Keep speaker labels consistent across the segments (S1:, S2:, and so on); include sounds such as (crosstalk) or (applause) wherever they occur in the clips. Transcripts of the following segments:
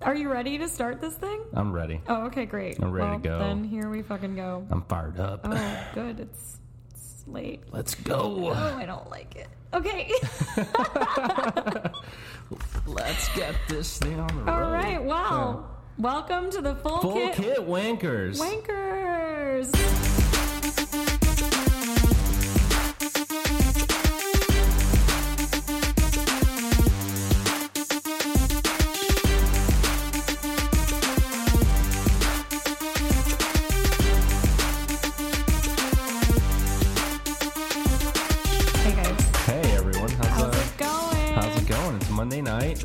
S1: Are you ready to start this thing?
S2: I'm ready.
S1: Oh, okay, great.
S2: I'm ready to
S1: Well,
S2: go.
S1: Then here we fucking go.
S2: I'm fired up.
S1: Oh, good. It's, it's late.
S2: Let's go.
S1: Oh, I don't like it.
S2: (laughs)
S1: Okay.
S2: Let's get this thing on the road.
S1: All right. Wow. Welcome to the full,
S2: Full
S1: kit,
S2: kit, wankers.
S1: wankers. Hey guys,
S2: Hey everyone, how's,
S1: how's
S2: uh,
S1: it going?
S2: how's it going? It's Monday night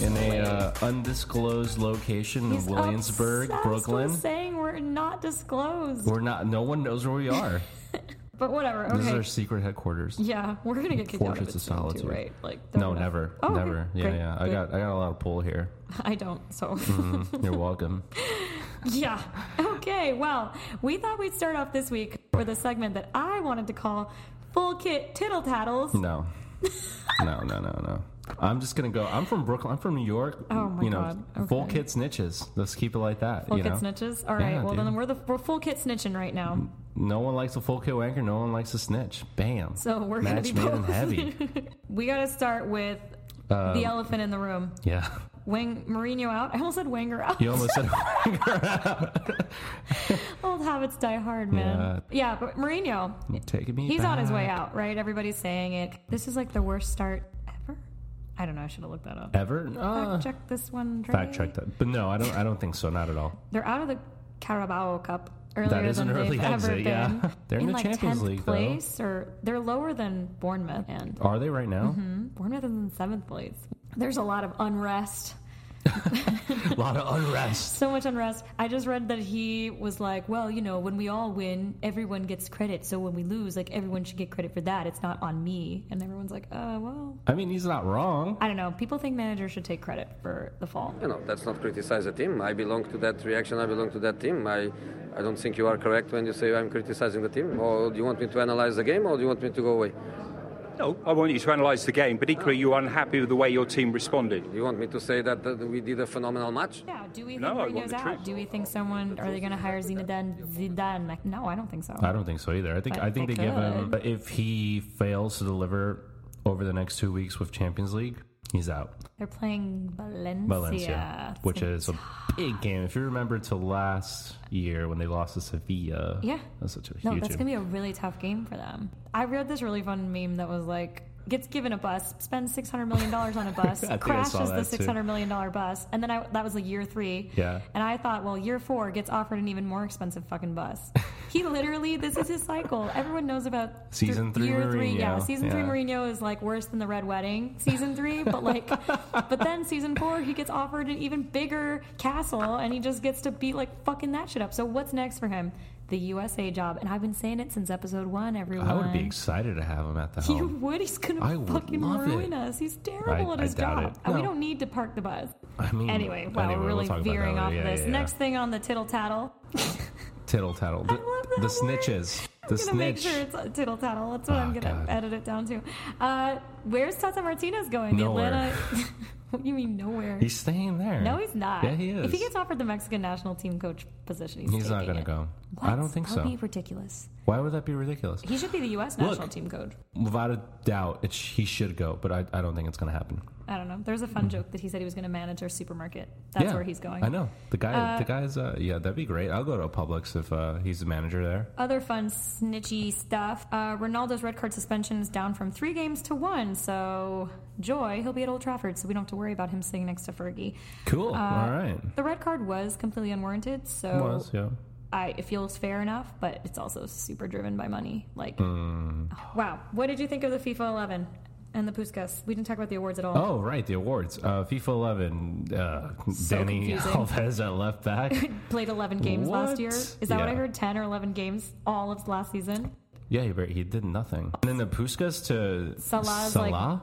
S2: in a uh, undisclosed location
S1: He's
S2: in Williamsburg,
S1: obsessed
S2: Brooklyn.
S1: With saying we're not disclosed,
S2: We're not. No one
S1: (laughs)
S2: knows where we are.
S1: but whatever.
S2: This is
S1: Okay.
S2: our secret headquarters.
S1: yeah, we're gonna get kicked out of
S2: Fortress
S1: this
S2: of
S1: job too,
S2: Solitude.
S1: right? Like they're
S2: No,
S1: gonna-
S2: never,
S1: Oh, okay,
S2: never. Yeah,
S1: great,
S2: yeah. I
S1: good.
S2: got, Mm-hmm. I got a lot of pull here.
S1: (laughs)
S2: Mm,
S1: I don't. So
S2: You're welcome.
S1: (laughs) yeah. Okay. Well, we thought we'd start off this week with a segment that I wanted to call "Full Kit Tittle Tattles."
S2: No, no, no, no, no. I'm just gonna go. I'm from Brooklyn. I'm from New York.
S1: Oh my
S2: you know,
S1: God.
S2: full
S1: Okay.
S2: kit snitches. Let's keep it like that.
S1: Full
S2: you
S1: Kit
S2: know,
S1: snitches. All right.
S2: Yeah,
S1: well, then
S2: dude.
S1: we're the we're full kit snitching right now.
S2: no one likes a full kit wanker. No one likes a snitch. Bam.
S1: So we're gonna
S2: Match
S1: be
S2: made in
S1: both.
S2: heavy.
S1: (laughs) We got to start with
S2: Um,
S1: the elephant in the room.
S2: Yeah, (laughs)
S1: Wang Mourinho out. I almost said Wanger out.
S2: you almost said.
S1: (laughs) Old habits die hard, man. Yeah, but Mourinho,
S2: Taking me.
S1: he's
S2: back.
S1: on his way out, right? Everybody's saying it. This is like the worst start ever. I don't know. I should have looked that up.
S2: Ever? Uh,
S1: Fact check this one. Dre.
S2: fact check that. But no, I don't. I don't think so. Not at all.
S1: They're out of the Carabao Cup earlier
S2: That is
S1: than
S2: an
S1: they've
S2: early
S1: ever
S2: exit,
S1: been.
S2: yeah. (laughs) They're in the
S1: like
S2: Champions
S1: 10th
S2: League, though.
S1: place, or they're lower than Bournemouth, and
S2: Are they right now?
S1: Mm-hmm. Bournemouth is in seventh place. There's a lot of unrest.
S2: A (laughs) lot of unrest.
S1: So much unrest. I just read that he was like, well, you know, when we all win, everyone gets credit. So when we lose, like everyone should get credit for that. It's not on me. And everyone's like, uh, well,
S2: I mean, he's not wrong.
S1: I don't know. People think managers should take credit for the fall.
S3: You know, let's not criticize the team. I belong to that reaction. I belong to that team. I, I don't think you are correct when you say I'm criticizing the team. Or do you want me to analyze the game, or do you want me to go away?
S4: No, I want you to analyse the game, but equally you're unhappy with the way your team responded.
S3: Do you want me to say that, that we did a phenomenal match?
S1: Yeah. Do we think
S4: No, I want
S1: Mourinho's
S4: the
S1: out?
S4: truth.
S1: Do we think someone are they going to hire Zinedine Zidane? Like, no, I don't think so.
S2: I don't think so either. I think
S1: But
S2: I think
S1: they
S2: they give him if he fails to deliver over the next two weeks with Champions League, he's out.
S1: They're playing Valencia,
S2: Valencia, which
S1: So-
S2: is a big game. If you remember to last year when they lost to Sevilla,
S1: Yeah.
S2: that's such a huge.
S1: no, that's
S2: game.
S1: going to be a really tough game for them. I read this really fun meme that was like. Gets given a bus, spends six hundred million dollars
S2: (laughs)
S1: on a bus,
S2: I think I saw
S1: crashes the
S2: that, too.
S1: six hundred million dollar bus, and then I, that was like year three.
S2: Yeah.
S1: and I thought, well, year four gets offered an even more expensive fucking
S2: (laughs)
S1: bus. he literally, this is his cycle. Everyone knows about th-
S2: Season three
S1: year three. Yeah,
S2: Mourinho.
S1: season three
S2: Yeah.
S1: Mourinho is like worse than the red wedding. Season three, but
S2: (laughs)
S1: like, but then season four, he gets offered an even bigger castle, and he just gets to beat like fucking that shit up. So what's next for him? The USA job, and I've been saying it since episode one. Everyone,
S2: I would be excited to have him at the
S1: He
S2: helm.
S1: would. He's gonna
S2: I would
S1: fucking
S2: love it.
S1: ruin us. He's terrible
S2: I-
S1: at
S2: I
S1: his
S2: doubt
S1: job.
S2: it.
S1: And We
S2: No.
S1: don't need to park the bus.
S2: I mean,
S1: Anyway, wow,
S2: anyway,
S1: we're really
S2: talk about that
S1: veering
S2: later.
S1: off
S2: Yeah,
S1: this.
S2: yeah, yeah.
S1: Next thing on the tittle tattle.
S2: tittle tattle, the,
S1: love
S2: the
S1: that word. (laughs)
S2: snitches, the
S1: I'm gonna make
S2: snitch.
S1: sure it's a tittle tattle. That's what I'm
S2: Oh,
S1: gonna
S2: God.
S1: edit it down to. Uh, where's Tata Martinez going?
S2: Nowhere.
S1: The Atlanta. (laughs) what do you mean nowhere?
S2: He's staying there.
S1: no, he's not.
S2: Yeah, he is.
S1: If he gets offered the Mexican national team coach position, he's,
S2: He's not
S1: taking
S2: gonna
S1: it.
S2: go.
S1: What?
S2: I don't think
S1: that would
S2: so.
S1: Be ridiculous.
S2: Why would that be ridiculous?
S1: He should be the U.S.
S2: Look.
S1: national team coach.
S2: Without a doubt, it, sh- he should go, but I, I don't think it's going to happen.
S1: I don't know. There's a fun joke that he said he was going to manage our supermarket. That's
S2: Mm. Yeah,
S1: where he's going.
S2: I know the guy. the guy's. Uh, yeah, that'd be great. I'll go to Publix if uh, he's the manager there.
S1: Other fun snitchy stuff. Uh, Ronaldo's red card suspension is down from three games to one. So joy, he'll be at Old Trafford, so we don't have to worry about him sitting next to Fergie.
S2: Cool. All right.
S1: The red card was completely unwarranted, Uh, so
S2: Was yeah.
S1: I, it feels fair enough, but it's also super driven by money. Like,
S2: Mm.
S1: oh, wow, what did you think of the FIFA 11 and the Puskas? We didn't talk about the awards at all.
S2: Oh right, the awards. Uh, FIFA 11. Uh,
S1: So
S2: Danny
S1: confusing.
S2: Alves at left back.
S1: (laughs) Played 11 games last
S2: What?
S1: year. Is that what I
S2: Yeah.
S1: heard? 10 or 11 games all of last season.
S2: yeah, he, bar- he did nothing. And then the Puskas to
S1: Salah's, like,
S2: Salah.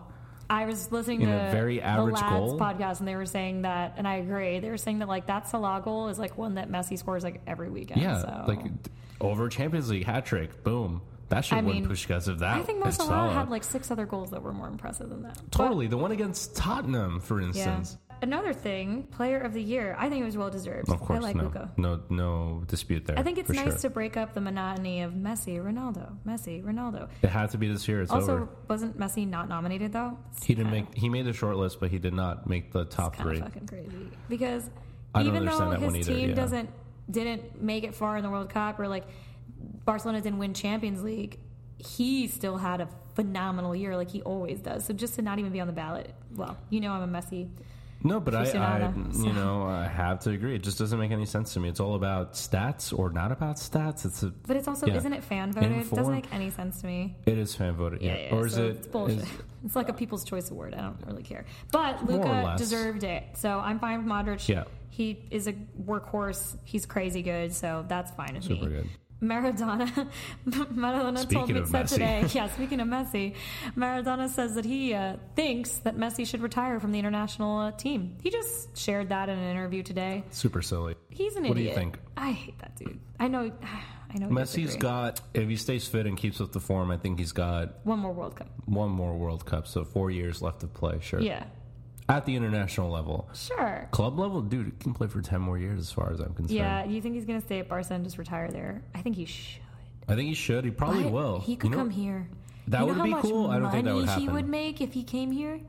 S1: I was listening
S2: In
S1: to
S2: a very average
S1: the lads
S2: goal?
S1: podcast, and they were saying that, and I agree. They were saying that like that Salah goal is like one that Messi scores like every weekend.
S2: yeah,
S1: so.
S2: like d- over Champions League hat trick. Boom. That should
S1: I
S2: win
S1: mean,
S2: Puskas if that.
S1: I think Mo
S2: if
S1: Salah,
S2: Salah.
S1: had like six other goals that were more impressive than that. But-
S2: totally the one against Tottenham, for
S1: yeah.
S2: instance.
S1: another thing, player of the year. I think it was well deserved.
S2: Of course,
S1: I like
S2: no,
S1: Luka.
S2: no, no dispute there.
S1: I think it's
S2: for
S1: nice to
S2: sure.
S1: break up the monotony of Messi, Ronaldo, Messi, Ronaldo.
S2: It had to be this year. It's
S1: also,
S2: over.
S1: wasn't Messi not nominated though? It's
S2: He didn't
S1: kinda-
S2: make. He made the short list, but he did not make the top
S1: kind
S2: three.
S1: of fucking crazy because
S2: I don't
S1: even though
S2: understand that
S1: his
S2: one either,
S1: team
S2: yeah.
S1: doesn't didn't make it far in the World Cup or like Barcelona didn't win Champions League, he still had a phenomenal year like he always does. So just to not even be on the ballot, well, you know I'm a messy.
S2: No, but I, I,
S1: Aficionada, so.
S2: you know, I have to agree. It just doesn't make any sense to me. It's all about stats or not about stats. It's a,
S1: But it's also
S2: Yeah.
S1: isn't it fan voted?
S2: And
S1: It doesn't
S2: for-
S1: make any sense to me.
S2: it is fan voted, yeah. or is
S1: so
S2: it?
S1: It's bullshit.
S2: is-
S1: it's like a People's Choice Award. I don't really care. But
S2: More or
S1: Luca
S2: less.
S1: deserved it, so I'm fine with Modric.
S2: Yeah.
S1: he is a workhorse. He's crazy good, so that's fine with
S2: Super
S1: me.
S2: good.
S1: Maradona, (laughs) Maradona told
S2: Speaking
S1: me
S2: of
S1: said
S2: Messi. (laughs)
S1: today. Yeah, speaking of Messi, Maradona says that he uh, thinks that Messi should retire from the international uh, team. He just shared that in an interview today.
S2: Super silly.
S1: He's an
S2: What do you
S1: idiot.
S2: think?
S1: I hate that dude. I know. (sighs) I know. you
S2: Messi's
S1: disagree.
S2: got. If he stays fit and keeps up the form, I think he's got
S1: one more World Cup.
S2: one more World Cup, so four years left to play. Sure.
S1: Yeah,
S2: At the international level,
S1: sure.
S2: club level, dude, he can play for ten more years, as far as I'm concerned.
S1: Yeah, you think he's gonna stay at Barca and just retire there? I think he should.
S2: I think he should. Oh, He probably
S1: But
S2: will.
S1: He could
S2: You know-
S1: come here.
S2: That
S1: you
S2: would
S1: know how
S2: be
S1: much
S2: cool. I don't think that would
S1: money He
S2: happen.
S1: would make if he came here.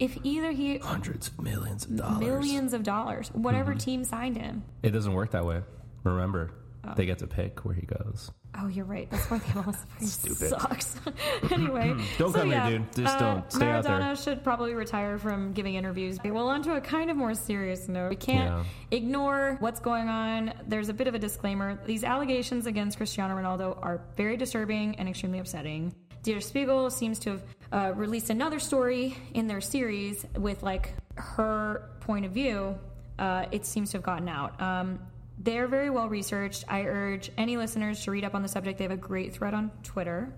S1: If either he
S2: Hundreds of millions of dollars.
S1: millions of dollars,
S2: Mm-hmm.
S1: whatever team signed him.
S2: It doesn't work that way. Remember, they get to pick where he goes.
S1: Oh, you're right. That's why the MLS fucking sucks. (laughs) anyway,
S2: Hmm. Don't
S1: so
S2: come here,
S1: yeah,
S2: dude. Just
S1: uh,
S2: don't. Stay
S1: Maradona
S2: out there.
S1: should probably retire from giving interviews. Okay, Well, onto a kind of more serious note, we can't
S2: Yeah.
S1: ignore what's going on. There's a bit of a disclaimer. These allegations against Cristiano Ronaldo are very disturbing and extremely upsetting. Der Spiegel seems to have uh, released another story in their series with like her point of view. Uh, it seems to have gotten out. Um, they're very well researched. I urge any listeners to read up on the subject. They have a great thread on Twitter.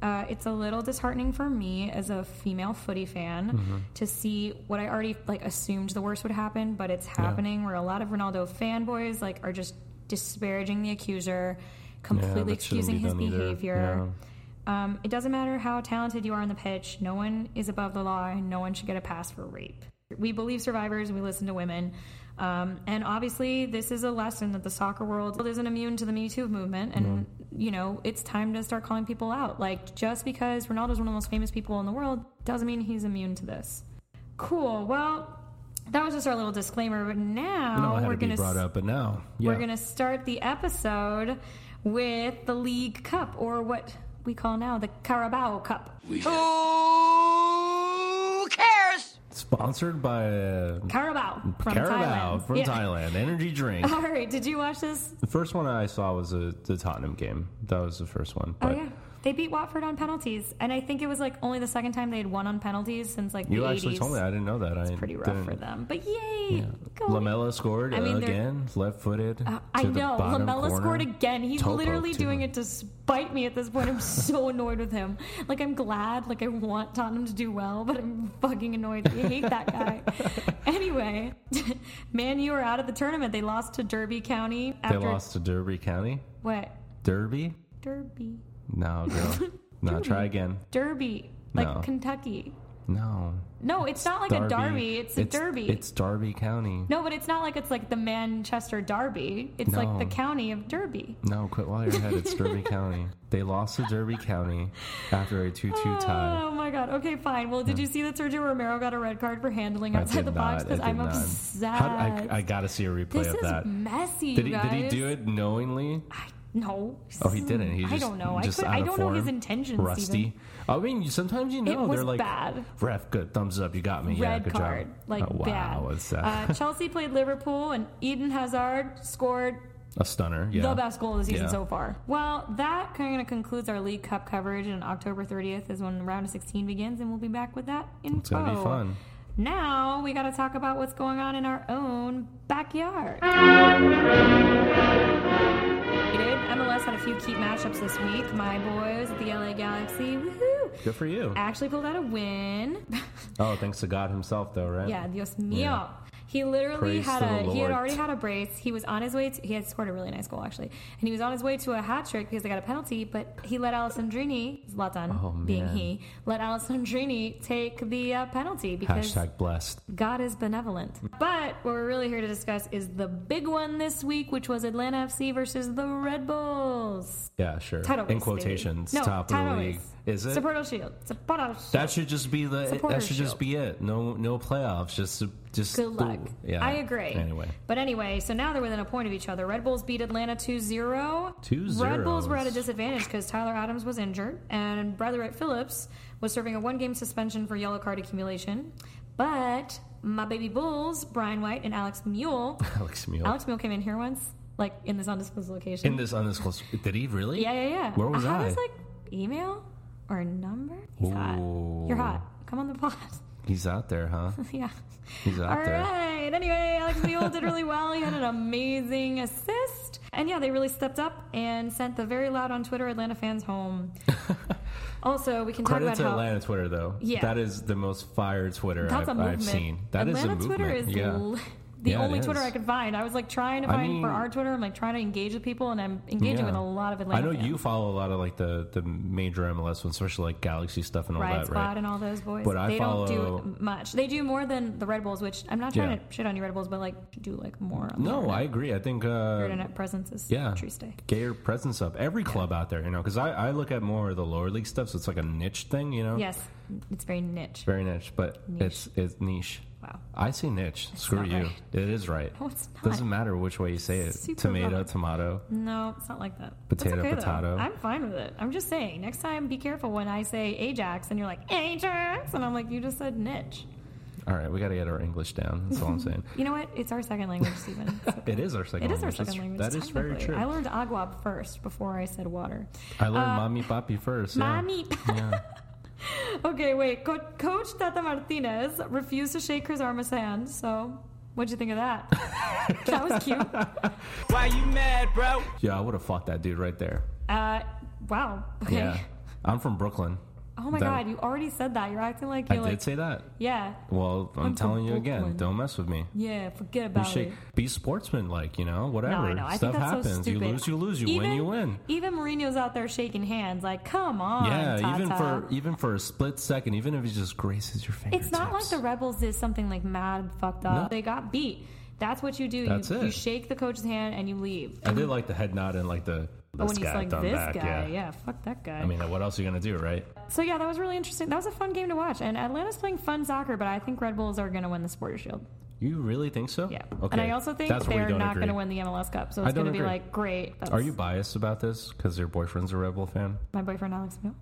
S1: Uh, it's a little disheartening for me as a female footy fan to see what I already like assumed the worst would happen, but it's happening where a lot of Ronaldo fanboys like are just disparaging the accuser, completely
S2: that shouldn't be
S1: excusing his
S2: done either.
S1: behavior. Um, it doesn't matter how talented you are on the pitch, no one is above the law, and no one should get a pass for rape. We believe survivors, we listen to women. Um, and obviously, this is a lesson that the soccer world isn't immune to the Me Too movement. And,
S2: Mm-hmm.
S1: you know, it's time to start calling people out. Like, just because Ronaldo's one of the most famous people in the world doesn't mean he's immune to this. Cool. Well, that was just our little disclaimer. But
S2: No,
S1: now
S2: I had
S1: we're
S2: to be
S1: going
S2: brought up, but now, yeah.
S1: we're going to start the episode with the League Cup, or what we call now the Carabao Cup.
S5: Who cares?
S2: Sponsored by uh,
S1: Carabao from
S2: Carabao
S1: Thailand.
S2: from
S1: Yeah. (laughs) Uh-huh.
S2: Thailand. Energy drink.
S1: All right, did you watch this?
S2: the first one I saw was a, the Tottenham game. That was the first one.
S1: Oh
S2: But
S1: yeah, they beat Watford on penalties, and I think it was like only the second time they had won on penalties since like
S2: you
S1: the
S2: actually
S1: 80s.
S2: told me. I didn't know that. I
S1: Pretty rough for
S2: didn't-
S1: them, but yay! Go.
S2: Lamella scored
S1: I mean, they're-
S2: again, left footed.
S1: Uh, I know Lamella scored again. He's
S2: Topo,
S1: literally
S2: too.
S1: doing it to spite me at this point. I'm so annoyed with him. Like I'm glad, like I want Tottenham to do well, but I'm fucking annoyed. I hate that
S2: (laughs)
S1: guy. anyway, (laughs) man, you are out of the tournament. They lost to Derby County
S2: They
S1: after
S2: lost to Derby County.
S1: what?
S2: Derby?
S1: Derby, (laughs)
S2: No, girl. no, try again.
S1: Derby, like
S2: No.
S1: Kentucky.
S2: No.
S1: No, it's not like a derby. It's a derby.
S2: It's Derby County.
S1: no, but it's not like it's like the Manchester Derby. It's like
S2: No.
S1: the county of Derby.
S2: No, quit while you're ahead.
S1: (laughs)
S2: It's Derby County. They lost to Derby County after a 2 2 tie.
S1: Oh my god. Okay, fine. Well, did you see that Sergio Romero got a red card for handling
S2: I
S1: outside
S2: did
S1: the
S2: not.
S1: box?
S2: I
S1: Because
S2: did
S1: I'm
S2: not.
S1: upset.
S2: How did- I, I got to see a replay
S1: this
S2: of
S1: is
S2: that.
S1: messy.
S2: Did he,
S1: you
S2: did he
S1: guys.
S2: do it knowingly?
S1: No.
S2: Oh, he didn't. He
S1: I
S2: just,
S1: don't know. I,
S2: Just
S1: could,
S2: out
S1: I
S2: of
S1: don't
S2: form,
S1: know his intentions.
S2: Rusty.
S1: Even.
S2: I mean, you- sometimes you know
S1: It was
S2: they're like
S1: bad.
S2: ref. Good thumbs up. You got me. yeah,
S1: Red
S2: good
S1: card.
S2: job.
S1: Like
S2: oh, wow,
S1: bad.
S2: it's sad. (laughs)
S1: Uh, Chelsea played Liverpool, and Eden Hazard scored
S2: a stunner. Yeah,
S1: the best goal of the season
S2: Yeah.
S1: so far. Well, that kind of concludes our League Cup coverage, and October 30th is when round of 16 begins, and we'll be back with that info.
S2: It's gonna be fun.
S1: Now we got to talk about what's going on in our own backyard. MLS had a few key matchups this week. My boys at the LA Galaxy, woohoo!
S2: Good for you.
S1: Actually pulled out a win. (laughs)
S2: Oh, thanks to God Himself, though, right?
S1: Yeah, Dios mío. He literally
S2: Praise
S1: had
S2: to
S1: a
S2: the
S1: he had
S2: Lord.
S1: already had a brace. He was on his way to he had scored a really nice goal actually. And he was on his way to a hat trick because they got a penalty, but he let Alessandrini Zlatan
S2: Oh,
S1: being
S2: man.
S1: he let Alessandrini take the uh, penalty because
S2: Hashtag blessed.
S1: God is benevolent. But what we're really here to discuss is the big one this week, which was Atlanta FC versus the Red Bulls.
S2: Yeah, sure.
S1: Title
S2: In
S1: race, baby.
S2: quotations,
S1: No,
S2: top of
S1: title
S2: the
S1: race.
S2: league. Is it?
S1: Supporter Shield. Supporter Shield.
S2: That should just be the.
S1: Supporters
S2: that should just
S1: Shield.
S2: be it. No, no playoffs. Just, just
S1: Good luck.
S2: the- yeah.
S1: I agree.
S2: Anyway,
S1: But anyway, so now they're within a point of each other. Red Bulls beat Atlanta 2 0.
S2: 2-0.
S1: Red Bulls were at a disadvantage because Tyler Adams was injured and Bretherett Phillips was serving a one game suspension for yellow card accumulation. But my baby Bulls, Brian White and Alex Mule,
S2: Alex Mule.
S1: Alex Mule came in here once, like in this undisclosed location.
S2: in this on this close, did he really?
S1: yeah, yeah, yeah.
S2: Where was
S1: I?
S2: I?
S1: Had his, like email or number. He's hot.
S2: Ooh.
S1: You're hot. Come on the pod. (laughs)
S2: He's out there, huh?
S1: yeah.
S2: He's out
S1: All
S2: there.
S1: right. Anyway, Alex Mule did
S2: (laughs)
S1: really well. He had an amazing assist. And yeah, they really stepped up and sent the very loud on Twitter Atlanta fans
S2: (laughs)
S1: home. also, we can talk
S2: Credit
S1: about
S2: to
S1: how
S2: Atlanta Twitter though.
S1: Yeah.
S2: that is the most fire Twitter
S1: that's a
S2: I've,
S1: movement.
S2: I've seen. That is
S1: Atlanta
S2: a movement.
S1: Twitter is
S2: yeah.
S1: l- the
S2: Yeah, it
S1: only Twitter
S2: is.
S1: I could find. I was like trying to
S2: I
S1: find
S2: mean-
S1: for our Twitter. I'm like trying to engage with people, and I'm engaging
S2: Yeah.
S1: with a lot of Atlanta.
S2: I know
S1: fans.
S2: you follow a lot of like the the major MLS ones, especially like Galaxy stuff and all
S1: Riot
S2: that,
S1: Squad
S2: right?
S1: and all those boys.
S2: But I
S1: they
S2: follow-
S1: don't do much. They do more than the Red Bulls, which I'm not trying
S2: Yeah.
S1: to shit on you, Red Bulls, but like do like more. On
S2: No,
S1: the
S2: I agree. I think uh,
S1: internet presence is
S2: yeah,
S1: Tree Stay.
S2: get your presence up. Every club out there, you know, because I, I look at more of the lower league stuff, so it's like a niche thing, you know.
S1: Yes, it's very niche.
S2: very niche, but it's it's niche.
S1: Wow.
S2: I say niche. Screw
S1: not
S2: you.
S1: right.
S2: It is right.
S1: No, it's not.
S2: Doesn't matter which way you say it.
S1: Super
S2: tomato,
S1: wrong.
S2: tomato.
S1: No, it's not like that. That's
S2: Potato,
S1: okay, though.
S2: potato.
S1: I'm fine with it. I'm just saying. Next time, be careful when I say Ajax, and you're like Ajax, and I'm like, you just said niche.
S2: All right, we got to get our English down. That's all
S1: (laughs)
S2: I'm saying.
S1: You know what? It's our second language,
S2: (laughs)
S1: Stephen. It's okay.
S2: It is our second
S1: It is our
S2: language.
S1: second language.
S2: That's- that is very
S1: technically.
S2: true.
S1: I learned agua first before I said water.
S2: I learned mommy papi first. Yeah.
S1: Uh, Mommy.
S2: Yeah.
S1: (laughs) Okay, wait. Co- Coach Tata Martinez refused to shake Chris Armas' hand. So, what'd you think of
S2: (laughs)
S1: that? that was cute.
S5: Why you mad, bro?
S2: Yeah, I would have fought that dude right there.
S1: Uh, wow. Okay.
S2: Yeah. I'm from Brooklyn.
S1: Oh my
S2: That-
S1: God, you already said that. You're acting like
S2: I
S1: you're like,
S2: did say that.
S1: yeah,
S2: Well, I'm,
S1: I'm from
S2: telling you again,
S1: Brooklyn.
S2: don't mess with me.
S1: yeah. Forget
S2: You
S1: about
S2: shake,
S1: it.
S2: be sportsman like, you know, whatever.
S1: No, I know. I
S2: Stuff
S1: think that's
S2: happens.
S1: so stupid.
S2: You lose, you lose. You win, you win.
S1: Even Mourinho's out there shaking hands. Like, come on.
S2: Yeah, even
S1: Tata.
S2: for even for a split second, even if he just graces your fingertips.
S1: It's not like the Rebels did something like mad fucked up.
S2: No.
S1: They got beat. That's what you do.
S2: That's
S1: you,
S2: it.
S1: you shake the coach's hand and you leave.
S2: I did like the head nod and like the
S1: But Oh,
S2: this
S1: when he's
S2: guy
S1: like
S2: done
S1: this
S2: that.
S1: guy,
S2: yeah.
S1: yeah. fuck that guy.
S2: I mean, what else are you gonna do, right?
S1: So yeah, that was really interesting. That was a fun game to watch, and Atlanta's playing fun soccer, but I think Red Bulls are going to win the Supporters Shield.
S2: You really think so?
S1: Yeah,
S2: Okay.
S1: and I also think
S2: That's where we
S1: they're
S2: don't
S1: not
S2: agree.
S1: going to win the MLS Cup, so
S2: I
S1: it's
S2: don't
S1: going to be
S2: agree.
S1: like great. that's
S2: Are you biased about this because your boyfriend's a Rebel fan?
S1: my boyfriend Alex
S2: (laughs)
S1: Mill?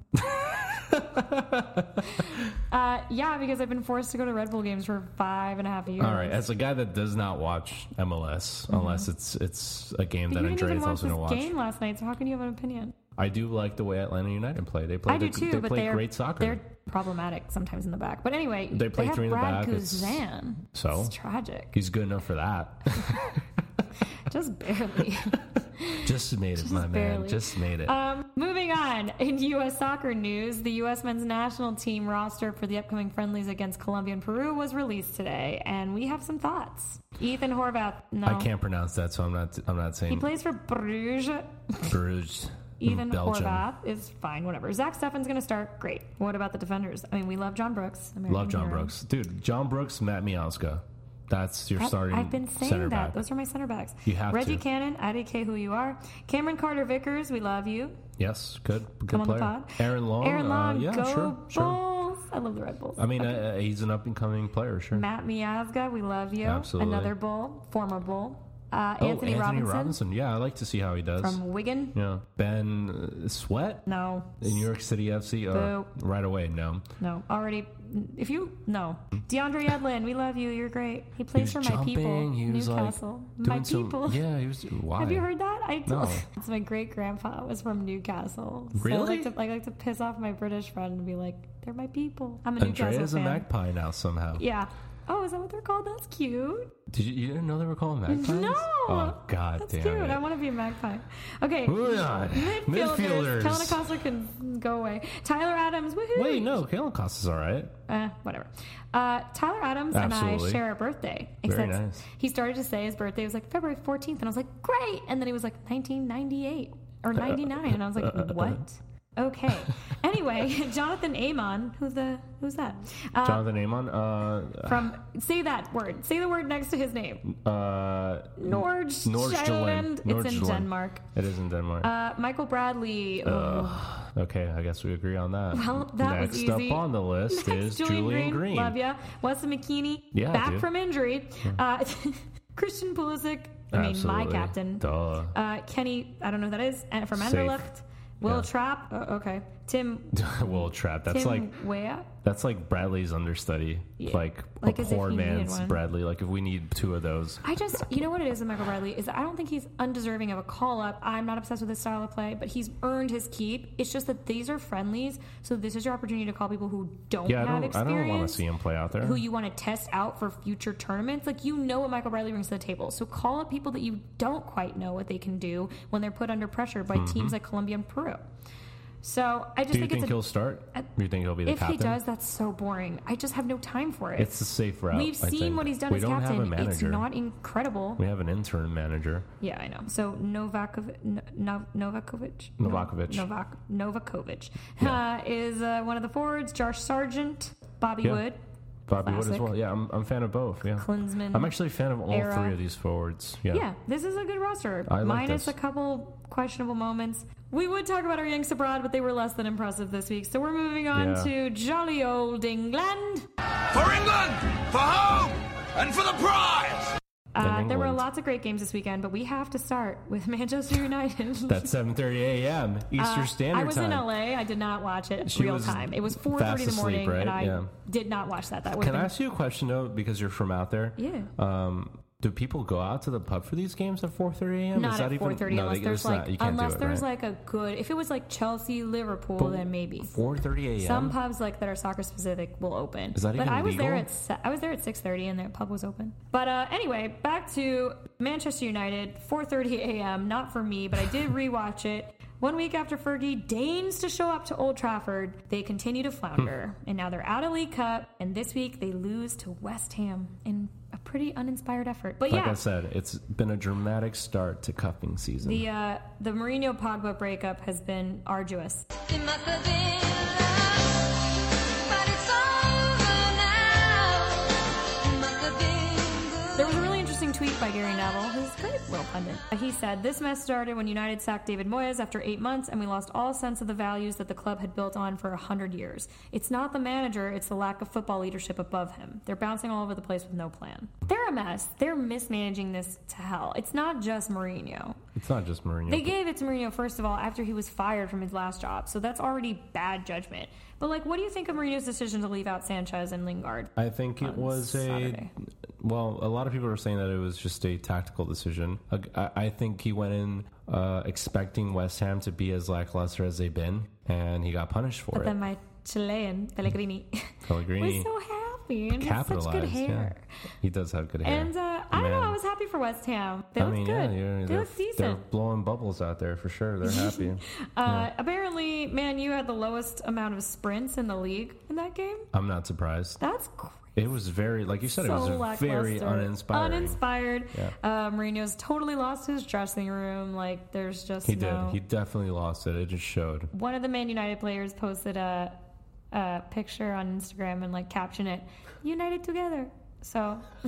S1: (laughs) uh, yeah, because I've been forced to go to Red Bull games for five and a half years.
S2: All right, as a guy that does not watch MLS unless it's it's a game
S1: Mm-hmm. you
S2: that
S1: didn't even
S2: Andrea's
S1: watch
S2: also
S1: this
S2: gonna watch.
S1: game last night, so how can you have an opinion?
S2: I do like the way Atlanta United play. They play
S1: I do
S2: the-
S1: too,
S2: they
S1: but
S2: play
S1: they're
S2: great soccer.
S1: They're problematic sometimes in the back, but anyway,
S2: They play
S1: have
S2: three in the
S1: Brad
S2: back, it's-
S1: Guzan.
S2: So?
S1: it's tragic,
S2: He's good enough for that.
S1: (laughs) just barely. (laughs)
S2: Just made it, my
S1: barely.
S2: man. Just made it.
S1: Um, moving on in U.S. soccer news, the U.S. men's national team roster for the upcoming friendlies against Colombia and Peru was released today, and we have some thoughts. Ethan Horvath, no,
S2: I can't pronounce that, so I'm not. I'm not
S1: He
S2: saying
S1: plays for Bruges.
S2: Bruges.
S1: Ethan
S2: Belgium.
S1: Horvath is fine, whatever. Zach Stefan's going to start. Great. What about the defenders? I mean, we love John Brooks. American
S2: Love John
S1: hero.
S2: Brooks, dude. John Brooks, Matt Miazga. That's your
S1: That-
S2: starting
S1: I've been
S2: center
S1: saying that.
S2: back.
S1: Those are my center backs.
S2: You have
S1: Reggie
S2: to.
S1: Cannon, IDK, who you are. Cameron Carter Vickers, we love you.
S2: Yes, good, good
S1: Come on
S2: player.
S1: the pod.
S2: Aaron Long.
S1: Aaron Long,
S2: uh, yeah,
S1: go
S2: sure,
S1: Bulls.
S2: sure.
S1: I love the Red Bulls.
S2: I mean, uh, uh, he's an up and coming player, sure.
S1: Matt Miazga, we love you.
S2: Absolutely.
S1: Another bull, former bull. Uh,
S2: oh,
S1: Anthony, Robinson,
S2: Yeah, I like to see how he does.
S1: from Wigan.
S2: yeah, Ben uh, Sweat
S1: No,
S2: in New York City FC. Uh,
S1: Boo.
S2: right away, no.
S1: no, already. If you no, DeAndre Edlin, we love you. You're great. He plays for my people,
S2: He was
S1: Newcastle.
S2: like
S1: my
S2: doing some.
S1: people. (laughs)
S2: Yeah, he was. Why?
S1: Have you heard that? I
S2: No.
S1: it's my great grandpa was from Newcastle. So I
S2: Really?
S1: like, to, I like to piss off my British friend and be like, "They're my people." I'm a
S2: Andrea's
S1: Newcastle
S2: a
S1: fan.
S2: magpie now somehow.
S1: Yeah, Oh, is that what they're called? That's cute.
S2: Did you, you didn't know they were called magpies?
S1: No.
S2: Oh god
S1: That's
S2: damn
S1: cute.
S2: it.
S1: I want to be a magpie. Okay.
S2: Moving on.
S1: Midfielders.
S2: Midfielders.
S1: Kellen Acosta can go away. Tyler Adams. Woohoo.
S2: Wait, no, Kalen Costa's all right.
S1: Uh, whatever. Uh, Tyler Adams and I
S2: Absolutely.
S1: share a birthday.
S2: Very
S1: Except
S2: nice.
S1: He started to say his birthday was like February 14th, and I was like, great. And then he was like 1998 or 99, and I was
S2: (laughs)
S1: like, what? Okay. Anyway, (laughs) Jonathan Amon, who the who's that? Uh,
S2: Jonathan Amon. Uh,
S1: from say that word. Say the word next to his name.
S2: uh,
S1: Norge.
S2: Nordjylland.
S1: Sjælland. It's in
S2: Nordjylland.
S1: Denmark.
S2: It is in Denmark.
S1: Uh, Michael Bradley. Oh,
S2: okay, I guess we agree on that.
S1: Well, that was
S2: Next
S1: easy.
S2: up
S1: (laughs)
S2: on the list is
S1: Julian, Green,
S2: Green.
S1: Love ya. Weston McKinney.
S2: Yeah,
S1: back
S2: dude.
S1: from injury. Uh, (laughs) Christian Pulisic. I mean, my
S2: Absolutely.
S1: captain.
S2: Duh. (laughs)
S1: Uh, Kenny. I don't know who that is. And from
S2: Safe.
S1: Anderlecht. Will
S2: Yeah.
S1: Trapp. Uh, okay. Tim.
S2: Will Trap. That's
S1: Tim
S2: like
S1: Weah.
S2: that's like Bradley's understudy.
S1: Yeah.
S2: Like,
S1: Like
S2: a
S1: as if
S2: poor
S1: he needed
S2: man's
S1: one.
S2: Bradley. Like if we need two of those.
S1: I just, you know what it is with Michael Bradley is that I don't think he's undeserving of a call up. I'm not obsessed with his style of play, but he's earned his keep. It's just that these are friendlies, so this is your opportunity to call people who don't
S2: Yeah, I
S1: have
S2: don't. I
S1: experience.
S2: don't want to see him play out there.
S1: who you want to test out for future tournaments. Like you know what Michael Bradley brings to the table. So call up people that you don't quite know what they can do when they're put under pressure by teams like Colombia and Peru. So I just
S2: Mm-hmm. Do you
S1: think
S2: think
S1: it's a,
S2: he'll start? Do you think he'll be the
S1: if
S2: captain?
S1: he does, that's so boring. I just have no time for it.
S2: it's the safe route.
S1: We've
S2: I
S1: seen
S2: think.
S1: what he's done
S2: We
S1: as
S2: don't
S1: captain.
S2: have a manager.
S1: It's not incredible.
S2: we have an intern manager.
S1: Yeah, I know. So Novakovic, no, Novakovic,
S2: Novakovic.
S1: Novak, Novakovic uh, (laughs) is uh, one of the forwards. Josh Sargent, Bobby
S2: Yeah.
S1: Wood,
S2: Bobby Wood as
S1: Classic.
S2: well. Yeah, I'm, I'm a fan of both. Yeah,
S1: Klinsmann.
S2: I'm actually a fan of all
S1: Era.
S2: three of these forwards. Yeah.
S1: Yeah, this is a good roster.
S2: I like
S1: Minus
S2: this.
S1: a couple questionable moments. We would talk about our Yanks abroad, but they were less than impressive this week. So we're moving on
S2: Yeah.
S1: to jolly old England.
S5: For England, for home, and for the prize.
S1: Uh, there were
S2: England.
S1: lots of great games this weekend, but we have to start with (laughs) Manchester United.
S2: That's 7:30 a.m. Eastern Standard
S1: Uh, I was
S2: Time.
S1: in LA. I did not watch it
S2: She
S1: real
S2: was
S1: time. It was
S2: fast
S1: 4:30 in the
S2: asleep,
S1: morning,
S2: right?
S1: and I
S2: Yeah.
S1: did not watch that. That would
S2: Can I
S1: been,
S2: ask you a question though? Because you're from out there.
S1: Yeah.
S2: Um, do people go out to the pub for these games at 4:30 a.m.? Is
S1: not
S2: that
S1: at
S2: even-
S1: 4:30
S2: no,
S1: unless
S2: they-
S1: there's
S2: it's not-
S1: like
S2: you can't do
S1: unless
S2: it,
S1: there's
S2: right?
S1: like a good. If it was like Chelsea, Liverpool,
S2: But
S1: then maybe
S2: 4:30 a.m.
S1: Some pubs like that are soccer specific will open.
S2: Is that
S1: but
S2: even
S1: I was there
S2: legal?
S1: at se- I was there at six thirty and the pub was open. But uh, anyway, back to Manchester United, four thirty a.m. Not for me, but I
S2: (laughs)
S1: did rewatch it. One week after Fergie deigns to show up to Old Trafford, they continue to flounder,
S2: Hmm.
S1: and now they're out of League Cup. And this week they lose to West Ham in a pretty uninspired effort. But
S2: Like
S1: yeah,
S2: I said, it's been a dramatic start to cupping season.
S1: the uh, the Mourinho Pogba breakup has been arduous.
S6: It must have been love, but it's over now. It must have been good.
S1: There was a really interesting tweet by Gary Neville, who's a great little pundit. He said, This mess started when United sacked David Moyes after eight months, and we lost all sense of the values that the club had built on for a hundred years. It's not the manager, it's the lack of football leadership above him. They're bouncing all over the place with no plan. They're a mess. They're mismanaging this to hell. It's not just Mourinho.
S2: It's not just Mourinho.
S1: They gave it to Mourinho first of all after he was fired from his last job, so that's already bad judgment. But like, what do you think of Mourinho's decision to leave out Sanchez and Lingard?
S2: I think it
S1: on
S2: was
S1: Saturday.
S2: a well. A lot of people are saying that it was just a tactical decision. I, I think he went in uh, expecting West Ham to be as lackluster as they've been, and he got punished for
S1: But
S2: it.
S1: then my Chilean Pellegrini. (laughs)
S2: Pellegrini
S1: was so happy and had such
S2: capitalized.
S1: good hair.
S2: Yeah. He does have good hair.
S1: And uh, I don't know,
S2: Man.
S1: I was happy for West Ham. They
S2: I
S1: looked
S2: mean,
S1: good.
S2: yeah, you're-
S1: they
S2: they're,
S1: looked
S2: they're
S1: decent.
S2: blowing bubbles out there for sure.
S1: (laughs)
S2: They're happy.
S1: Uh, apparently, man, you had the lowest amount of sprints in the league in that game.
S2: I'm not surprised.
S1: That's crazy.
S2: It was very, like you said, it was
S1: lackluster.
S2: very uninspiring.
S1: Uninspired.
S2: Yeah.
S1: Uh, Mourinho's totally lost his dressing room. Like, there's just
S2: he
S1: no.
S2: did. He definitely lost it. It just showed.
S1: One of the Man United players posted a, a picture on Instagram and like captioned it, "United together." So (laughs)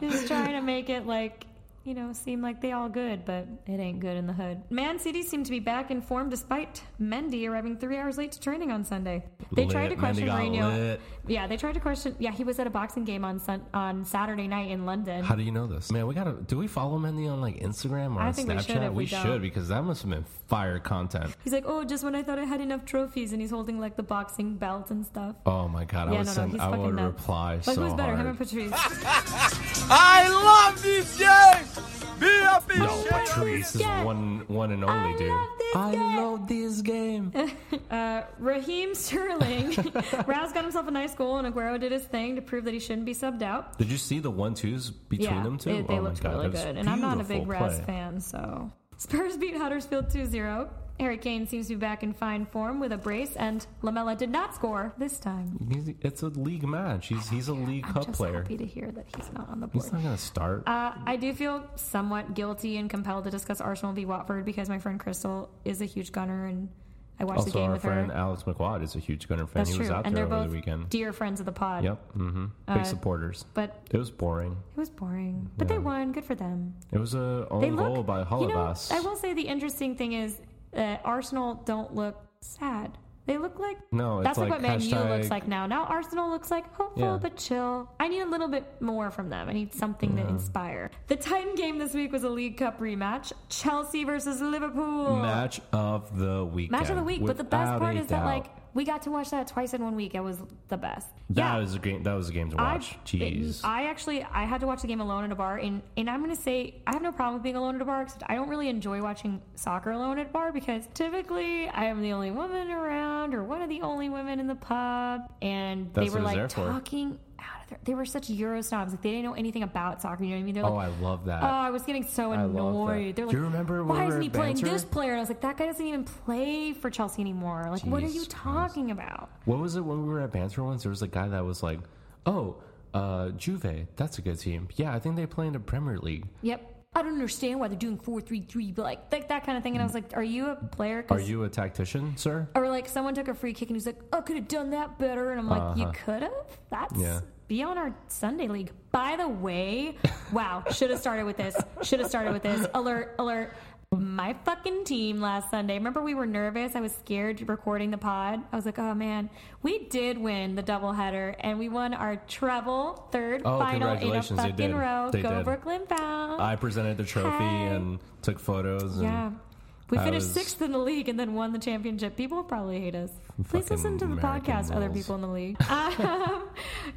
S1: just trying to make it like you know seem like they all good, but it ain't good in the hood. Man City seemed to be back in form despite Mendy arriving three hours late to training on Sunday. They
S2: Lit.
S1: tried to
S2: Mendy
S1: question
S2: got
S1: Mourinho.
S2: lit.
S1: Yeah, they tried to question. Yeah, he was at a boxing game on sun, on Saturday night in London.
S2: How do you know this? Man, we gotta. Do we follow Mendy on like Instagram or
S1: I
S2: on
S1: think we should
S2: Snapchat?
S1: if we don't.
S2: should because that must have been fire content.
S1: He's like, oh, just when I thought I had enough trophies, and he's holding like the boxing belt and stuff.
S2: Oh my god, I would send. I would
S1: nuts.
S2: reply
S1: But
S2: so (laughs)
S1: who's better,
S2: hard.
S1: him or Patrice?
S5: I love this game.
S2: No, Patrice is
S1: Yeah.
S2: one one and
S1: I
S2: only, dude.
S1: love this
S2: I
S1: guy.
S2: love this game.
S1: (laughs) Raheem (laughs) Sterling.
S2: (laughs)
S1: Rouse got himself a nice goal, and Aguero did his thing to prove that he shouldn't be subbed out.
S2: Did you see the one twos between
S1: yeah,
S2: them two?
S1: it- they
S2: oh my
S1: looked
S2: god,
S1: really
S2: that was
S1: good. And I'm not a big
S2: beautiful
S1: Raz
S2: play.
S1: fan, so. Spurs beat Huddersfield 2 0. Harry Kane seems to be back in fine form with a brace, and Lamella did not score this time.
S2: He's, it's a league match. He's he's a league
S1: I'm
S2: cup
S1: just
S2: player.
S1: happy to hear that he's not on the board.
S2: He's not gonna start.
S1: Uh, I do feel somewhat guilty and compelled to discuss Arsenal v Watford because my friend Crystal is a huge gunner and I watched the
S2: also,
S1: game
S2: our
S1: with
S2: friend
S1: her.
S2: Alex McQuad is a huge Gunner fan.
S1: That's
S2: he was
S1: true.
S2: out
S1: And
S2: there
S1: they're
S2: over
S1: both
S2: the weekend.
S1: dear friends of the pod.
S2: Yep. Mm-hmm.
S1: Uh,
S2: Big supporters.
S1: But
S2: It was boring.
S1: it was boring. But they won. Good for them.
S2: It was a
S1: They
S2: own
S1: look.
S2: goal by
S1: you know,
S2: Holobas.
S1: I will say the interesting thing is uh, Arsenal don't look sad. They look like
S2: No, it's
S1: that's like,
S2: like
S1: what Man U
S2: hashtag-
S1: looks like now. Now Arsenal looks like hopeful
S2: Yeah.
S1: but chill. I need a little bit more from them. I need something to inspire. The Titan game this week was a League Cup rematch: Chelsea versus Liverpool.
S2: Match of the week.
S1: Match of the week. But the best part is that like we got to watch that twice in one week. It was the best.
S2: that
S1: yeah.
S2: was a game. That was a game to
S1: I-
S2: watch. Jeez.
S1: it- I actually I had to watch the game alone at a bar, and and I'm gonna say I have no problem with being alone at a bar, except I don't really enjoy watching soccer alone at a bar because typically I am the only woman around or one of the only women in the pub, and
S2: That's
S1: they were
S2: what
S1: like
S2: it's there for.
S1: talking out of their. They were such Euro snobs, like they didn't know anything about soccer. You know what I mean? They're
S2: oh,
S1: like,
S2: I love that.
S1: Oh, I was getting so
S2: love that.
S1: annoyed. They're
S2: Do
S1: like,
S2: you remember when
S1: why
S2: we
S1: isn't
S2: were
S1: he
S2: at
S1: playing
S2: Banter?"
S1: this player? And I was like, that guy doesn't even play for Chelsea anymore. Like, what are
S2: Jeez
S1: you
S2: Christ.
S1: talking about?
S2: What was it when we were at Banter once? There was a guy that was like, "Oh, uh, Juve, that's a good team. Yeah, I think they play in the Premier League.
S1: Yep. I don't understand why they're doing four three three, but like that, that kind of thing. And I was like, "Are you a player? 'Cause-
S2: Mm. Are you a tactician, sir?"
S1: Or like someone took a free kick and he's like, "I could have done that better." And I'm like, "You could have. That's
S2: Uh-huh. Yeah.
S1: be on our Sunday league." By the way, wow, should have started with this. Should have started with this. Alert! Alert! My fucking team last Sunday. Remember, we were nervous. I was scared recording the pod. I was like, "Oh man, we did win the doubleheader, and we won our treble, third
S2: Oh,
S1: final in a
S2: congratulations, they
S1: fucking
S2: did.
S1: row."
S2: They
S1: Go
S2: did.
S1: Brooklyn Bound!
S2: I presented the trophy
S1: Hi.
S2: and took photos. And
S1: Yeah. We
S2: I
S1: finished
S2: was-
S1: sixth in the league and then won the championship. People will probably hate us. Please
S2: Fucking
S1: listen to the
S2: American
S1: podcast, other
S2: rules.
S1: people in the league. (laughs) Um,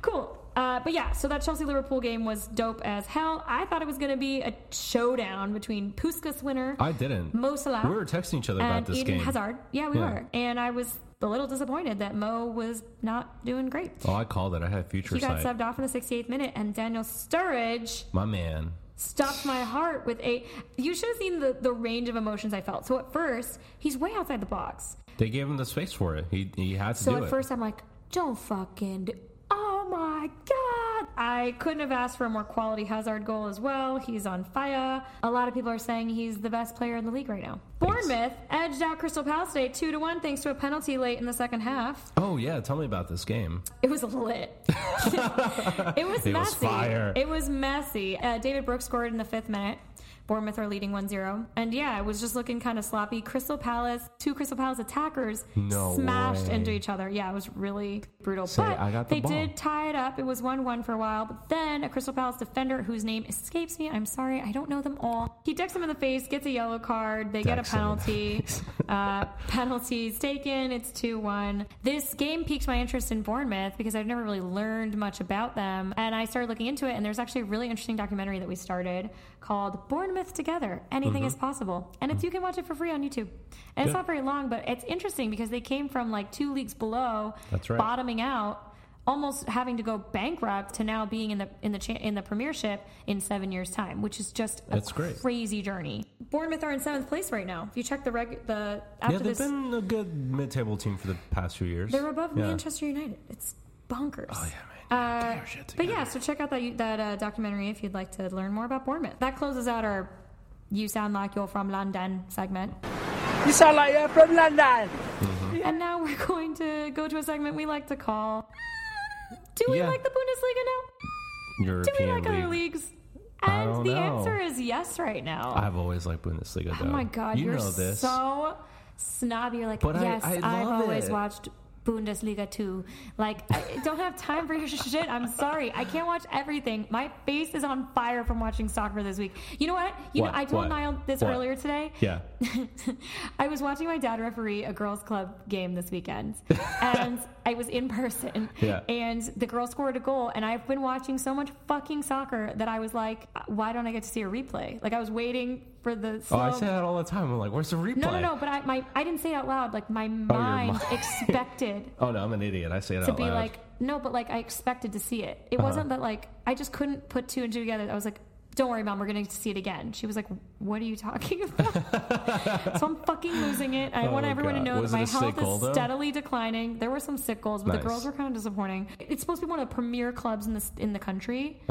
S1: cool. Uh, but yeah, so that Chelsea Liverpool game was dope as hell. I thought it was going to be a showdown between Puskas winner,
S2: I didn't.
S1: Mo Salah,
S2: We were texting each other about
S1: and
S2: this
S1: Eden
S2: game.
S1: Hazard. Yeah, we
S2: Yeah.
S1: were. And I was a little disappointed that Mo was not doing great.
S2: Oh, I called it. I had future
S1: He got
S2: sight.
S1: subbed off in the 68th minute, and Daniel Sturridge
S2: My man.
S1: stopped my heart with a you should have seen the, the range of emotions I felt. So at first, he's way outside the box.
S2: They gave him the space for it. He he had to
S1: So
S2: do
S1: at
S2: it.
S1: first I'm like, don't fucking do- Oh my god. I couldn't have asked for a more quality Hazard goal as well. He's on fire. A lot of people are saying he's the best player in the league right now. Bournemouth edged out Crystal Palace today 2 to 1 thanks to a penalty late in the second half.
S2: oh yeah, tell me about this game.
S1: It was
S2: (laughs)
S1: lit. it was
S2: It was
S1: messy.
S2: fire.
S1: It was messy. Uh, David Brooks scored in the fifth minute. Bournemouth are leading 1 0. And yeah, it was just looking kind of sloppy. Crystal Palace, two Crystal Palace attackers
S2: No
S1: smashed
S2: way.
S1: into each other. Yeah, it was really brutal.
S2: Say,
S1: but
S2: "I got the
S1: they
S2: ball."
S1: did tie it up. It was 1 1 for a while. But then a Crystal Palace defender whose name escapes me, I'm sorry, I don't know them all. He decks him in the face, gets a yellow card. They
S2: Decks
S1: get a
S2: him in the
S1: penalty. (laughs) uh, penalties taken. It's 2 1. This game piqued my interest in Bournemouth because I've never really learned much about them. And I started looking into it, and there's actually a really interesting documentary that we started called Bournemouth Together Anything is Possible. And it's you can watch it for free on YouTube. And it's
S2: Mm-hmm. Yeah.
S1: not very long, but it's interesting because they came from like two leagues below,
S2: That's right.
S1: bottoming out. Almost having to go bankrupt to now being in the in the cha- in the premiership in seven years time, which is just a
S2: That's great.
S1: crazy journey. Bournemouth are in seventh place right now. If you check the reg, the after
S2: yeah,
S1: this,
S2: they've been a good mid-table team for the past few years.
S1: they're above
S2: yeah.
S1: Manchester United. It's bonkers. Uh,
S2: Oh yeah, man. Yeah, get your shit
S1: But
S2: together.
S1: yeah, so check out that that uh, documentary if you'd like to learn more about Bournemouth. That closes out our "You Sound Like You're From London" segment,
S7: You sound like you're from London.
S1: and now we're (laughs) going to go to a segment we like to call. Do we
S2: Yeah.
S1: like the Bundesliga now? Do we
S2: European
S1: like other
S2: league.
S1: leagues?
S2: I
S1: And
S2: don't
S1: the
S2: know.
S1: answer is yes right now.
S2: I've always liked Bundesliga. Though.
S1: Oh my god,
S2: you
S1: you are
S2: know this.
S1: so snobby. You're like,
S2: But I-
S1: yes,
S2: I
S1: I, have
S2: love
S1: always
S2: it."
S1: watched Bundesliga 2. Like, I don't have time for your (laughs) shit. I'm sorry. I can't watch everything. My face is on fire from watching soccer this week. You know what? You
S2: What?
S1: know, I told
S2: What?
S1: Niall this
S2: What?
S1: earlier today.
S2: Yeah.
S1: (laughs) I was watching my dad referee a girls' club game this weekend, and I was in person.
S2: (laughs) Yeah.
S1: And the girl scored a goal, and I've been watching so much fucking soccer that I was like, why don't I get to see a replay? Like I was waiting for the.
S2: Oh,
S1: Slow...
S2: I say that all the time. I'm like, where's the replay?
S1: no, no, no. But I, my, I didn't say it out loud. Like my mind,
S2: Oh, mind. (laughs)
S1: expected
S2: Oh no, I'm an idiot. I Uh-huh. say it
S1: to
S2: out
S1: be
S2: loud.
S1: like, no, but like I expected to see it. It wasn't that like I just couldn't put two and two together. I was like, don't worry, mom, we're going to see it again. She was like, what are you talking (laughs)
S2: (laughs)
S1: about? so I'm fucking losing it. I
S2: Oh,
S1: want everyone to
S2: God.
S1: know
S2: Was
S1: that
S2: it
S1: my
S2: a sick
S1: health
S2: goal,
S1: is
S2: though?
S1: steadily declining. There were some sick goals, but
S2: Nice.
S1: the girls were kind of disappointing. It's supposed to be one of the premier clubs in this in the country,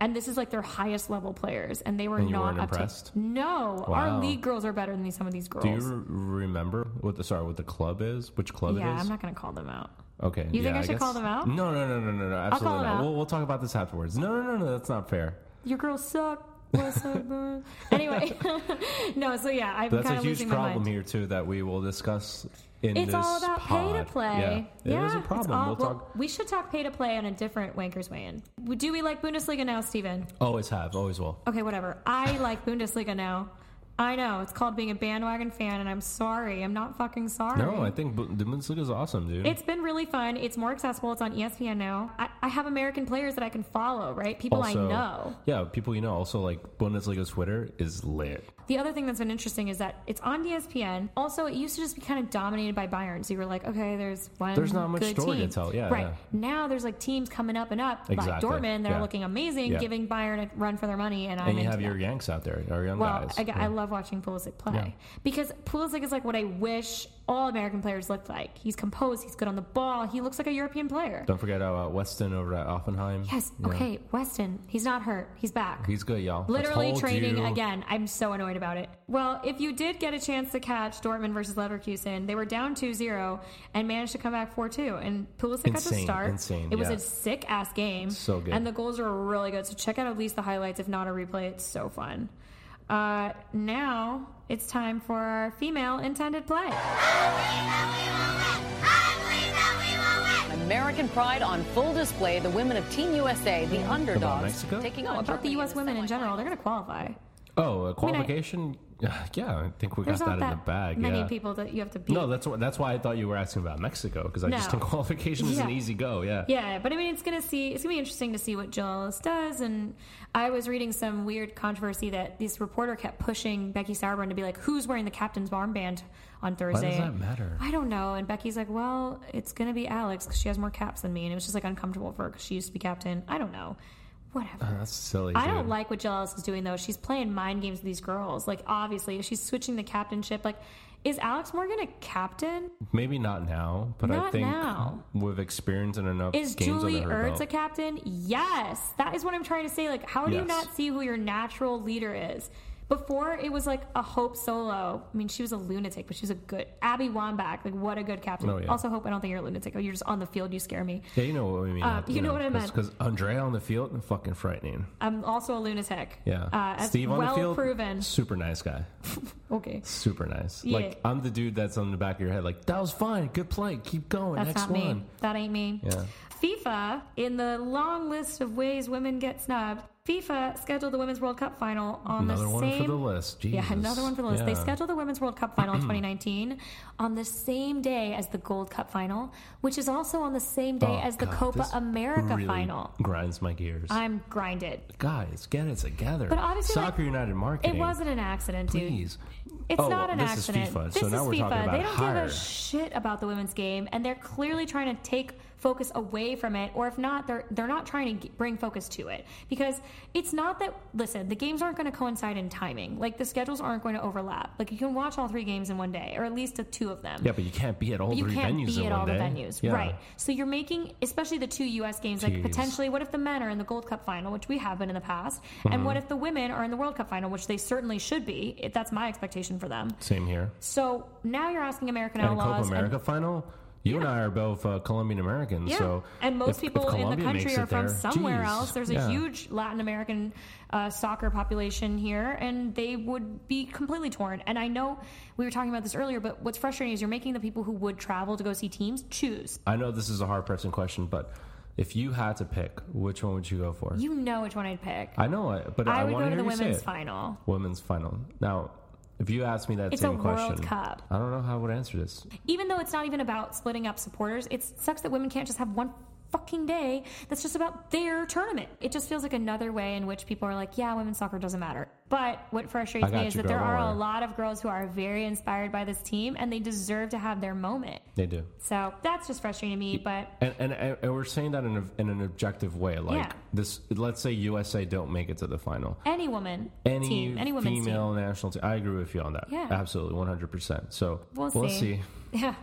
S1: and this is like their highest level players, and they were
S2: Uh-huh. And you
S1: not
S2: weren't
S1: up
S2: impressed?
S1: to. No,
S2: Wow.
S1: our league girls are better than these, some of these girls.
S2: Do you re- remember what the sorry what the club is? Which club
S1: yeah,
S2: it is?
S1: I'm not going to call them out.
S2: okay.
S1: You think
S2: yeah,
S1: I should
S2: guess-
S1: call them out?
S2: No, no, no, no, no, no. Absolutely
S1: them
S2: not.
S1: out.
S2: We'll, we'll talk about this afterwards. No, no, no, no. That's not fair.
S1: your girls suck. What's up,
S2: (laughs)
S1: bro? anyway, (laughs) no. So yeah, I'm
S2: That's
S1: kind
S2: a
S1: of
S2: huge
S1: losing my
S2: problem
S1: mind.
S2: here too that we will discuss in
S1: It's
S2: this
S1: all about
S2: pod.
S1: pay to play.
S2: Yeah, it is a
S1: it's
S2: problem.
S1: all-
S2: we'll
S1: well,
S2: talk.
S1: We should talk pay to play on a different Wankers Way In. Do we like Bundesliga now, Steven?
S2: Always Oh, have. Always will.
S1: Okay, whatever.
S2: (laughs)
S1: I like Bundesliga now. I know it's called being a bandwagon fan, and I'm sorry. I'm not fucking sorry.
S2: No, I think Bu- the Bundesliga is awesome, dude.
S1: It's been really fun. It's more accessible. It's on E ESPN now. I, I have American players that I can follow, right? People I know.
S2: Yeah, people you know. Also, like Bundesliga Twitter is lit.
S1: The other thing that's been interesting is that it's on E ESPN. Also, it used to just be kind of dominated by Bayern. So you were like, okay, there's one.
S2: There's not much
S1: good
S2: story to
S1: team.
S2: tell. Yeah,
S1: right.
S2: yeah.
S1: Now there's like teams coming up and up. Like
S2: Exactly.
S1: Dortmund, they're
S2: Yeah.
S1: looking amazing,
S2: Yeah.
S1: giving Bayern a run for their money, and I'm
S2: And you
S1: into
S2: have
S1: that.
S2: your Yanks out there, our young
S1: Well,
S2: guys.
S1: I, I
S2: Yeah.
S1: love watching Pulisic play
S2: Yeah.
S1: because Pulisic is like what I wish all American players looked like. He's composed. He's good on the ball. He looks like a European player.
S2: Don't forget about Weston over at Offenheim.
S1: yes.
S2: Yeah.
S1: Okay, Weston. He's not hurt. He's back.
S2: He's good, y'all. I
S1: Literally
S2: told
S1: training
S2: you.
S1: again. I'm so annoyed about it. Well, if you did get a chance to catch Dortmund versus Leverkusen, they were down 2-0 and managed to come back 4-2. And Pulisic got the
S2: Insane,
S1: start.
S2: insane,
S1: it was
S2: yeah.
S1: a sick ass game.
S2: So good.
S1: And the goals were really good. So check out at least the highlights, if not a replay. It's so fun. Uh, now it's time for our female intended play.
S8: American pride on full display. The women of Team USA, the underdogs,
S2: Mexico?
S8: taking
S1: No,
S8: on
S1: about the
S8: Germany
S1: U.S.
S8: in
S1: women in general, they're
S8: semifinals.
S1: going to qualify.
S2: Oh, a qualification. (sighs) yeah, I think we got
S1: There's
S2: that
S1: not
S2: in
S1: that
S2: the bag.
S1: many
S2: yeah.
S1: people that you have to beat.
S2: No, that's wh- that's why I thought you were asking about Mexico because I just
S1: No.
S2: think (laughs) qualification is an
S1: Yeah.
S2: easy go. Yeah.
S1: Yeah, but I mean, it's gonna see. It's gonna be interesting to see what Jill does. And I was reading some weird controversy that this reporter kept pushing Becky Sauerbrunn to be like, "Who's wearing the captain's armband on
S2: Why
S1: Thursday?"
S2: does that matter?
S1: I don't know. And Becky's like, "Well, it's gonna be Alex because she has more caps than me," and it was just like uncomfortable for her because she used to be captain. I don't know. Whatever.
S2: Uh, That's silly.
S1: I
S2: dude.
S1: don't like what Jill Ellis is doing though. She's playing mind games with these girls. Like, obviously, she's switching the captainship. Like, is Alex Morgan a captain?
S2: Maybe not now, but I
S1: Not
S2: think
S1: now.
S2: with experience and enough
S1: Is
S2: games
S1: Julie
S2: under her
S1: Ertz
S2: belt.
S1: a captain? Yes. That is what I'm trying to say. Like, how do
S2: Yes.
S1: you not see who your natural leader is? Before it was like a Hope Solo. I mean, she was a lunatic, but she was a good Abby Wambach. Like, what a good captain.
S2: Oh, yeah.
S1: Also, Hope, I don't think you're a lunatic. Oh, You're just on the field. You scare me.
S2: yeah, you know what I mean.
S1: Uh, you know what I meant.
S2: Because Andrea on the field, fucking frightening.
S1: I'm also a lunatic.
S2: Yeah.
S1: Uh, as
S2: Steve on
S1: well
S2: the field,
S1: proven.
S2: super nice guy.
S1: Okay.
S2: Super nice.
S1: Yeah.
S2: Like I'm the dude that's on the back of your head. Like that was fine. Good play. Keep going.
S1: That's
S2: Next
S1: not
S2: one.
S1: me. That ain't me.
S2: Yeah.
S1: FIFA, in the long list of ways women get snubbed, FIFA scheduled the Women's World Cup final on
S2: Another
S1: the
S2: one
S1: same
S2: for the list. Jesus.
S1: Yeah, another one for the list. They
S2: Yeah.
S1: scheduled the Women's World Cup
S2: (clears throat)
S1: final in 2019 on the same day as the Gold Cup final, which is also on the same day
S2: Oh,
S1: as the
S2: God,
S1: Copa
S2: this
S1: America
S2: really
S1: final.
S2: Grinds my gears.
S1: I'm grinded.
S2: Guys, get it together.
S1: But obviously, like,
S2: Soccer United Marketing.
S1: It wasn't an accident, dude.
S2: Please.
S1: It's
S2: Oh,
S1: not an
S2: this is
S1: accident.
S2: FIFA, so
S1: This is
S2: now we're
S1: FIFA.
S2: talking about
S1: they don't
S2: hire.
S1: give a shit about the women's game, and they're clearly trying to take focus away from it. Or if not, they're they're not trying to g- bring focus to it because it's not that. Listen, the games aren't going to coincide in timing. Like the schedules aren't going to overlap. Like you can watch all three games in one day, or at least the two of them.
S2: Yeah, but you can't be at all
S1: You
S2: three
S1: can't
S2: venues
S1: be
S2: in
S1: at
S2: one
S1: all
S2: day.
S1: the venues,
S2: Yeah.
S1: right? So you're making, especially the two U.S. games, like
S2: Jeez.
S1: potentially, what if the men are in the Gold Cup final, which we have been in the past,
S2: Mm-hmm.
S1: and what if the women are in the World Cup final, which they certainly should be. If that's my expectation for them.
S2: Same here.
S1: So now you're asking American
S2: And a Copa
S1: Outlaws. and-
S2: America final. You and I are both uh, Colombian Americans,
S1: Yeah,
S2: so
S1: and most
S2: if- if
S1: people in the
S2: Colombia
S1: country
S2: makes
S1: are
S2: it
S1: from
S2: there,
S1: somewhere
S2: geez,
S1: else. There's a
S2: yeah.
S1: huge Latin American uh, soccer population here, and they would be completely torn. And I know we were talking about this earlier, but what's frustrating is you're making the people who would travel to go see teams choose.
S2: I know this is a hard pressing question, but if you had to pick, which one would you go for?
S1: You know which one I'd pick.
S2: I know it, but
S1: I,
S2: I,
S1: would
S2: want
S1: go
S2: to
S1: to
S2: hear
S1: the
S2: you say
S1: women's
S2: it.
S1: final.
S2: Women's final. Now, if you asked me that
S1: It's a
S2: same
S1: World
S2: question,
S1: Cup.
S2: I don't know how I would answer this.
S1: Even though it's not even about splitting up supporters, it sucks that women can't just have one fucking day that's just about their tournament. It just feels like another way in which people are like, yeah, women's soccer doesn't matter. But what frustrates
S2: I got
S1: me is
S2: you,
S1: that
S2: girl,
S1: there
S2: don't
S1: are a
S2: worry.
S1: lot of girls who are very inspired by this team and they deserve to have their moment.
S2: They do.
S1: So that's just frustrating to me, but
S2: And, and and we're saying that in, a, in an objective way, like
S1: Yeah.
S2: this. Let's say USA don't make it to the final.
S1: any woman
S2: Any
S1: team, any women's
S2: female national team, I agree with you on that.
S1: Yeah.
S2: absolutely, one hundred percent. So
S1: We'll see. team. (laughs) Yeah.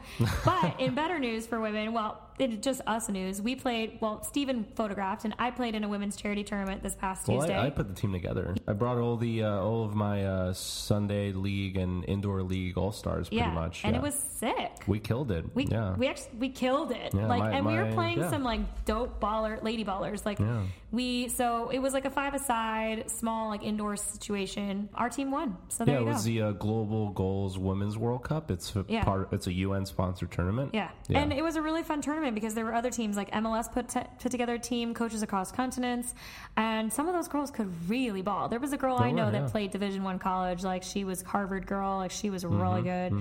S1: But in better news for women, well, it's just us news. We played, well, Steven photographed and I played in a women's charity tournament this past
S2: Well,
S1: Tuesday.
S2: I, I put the team together. I brought all the uh, all of my uh, Sunday league and indoor league all stars, pretty
S1: yeah.
S2: much.
S1: And
S2: yeah.
S1: it was sick.
S2: we killed it.
S1: We,
S2: yeah,
S1: we actually we killed it
S2: Yeah,
S1: like
S2: my-
S1: and we were
S2: my-
S1: playing
S2: yeah.
S1: some like dope baller lady ballers like
S2: Yeah.
S1: we so it was like a five aside small like indoor situation our team won so there
S2: yeah, it
S1: you go
S2: was the uh, Global Goals Women's World Cup. It's a
S1: Yeah.
S2: part. It's a UN sponsored tournament.
S1: yeah. and it was a really fun tournament because there were other teams like MLS put t- put together a team coaches across continents and some of those girls could really ball there was a girl I
S2: were,
S1: know that
S2: yeah.
S1: played Division One college like she was Harvard girl like she was
S2: Mm-hmm,
S1: really good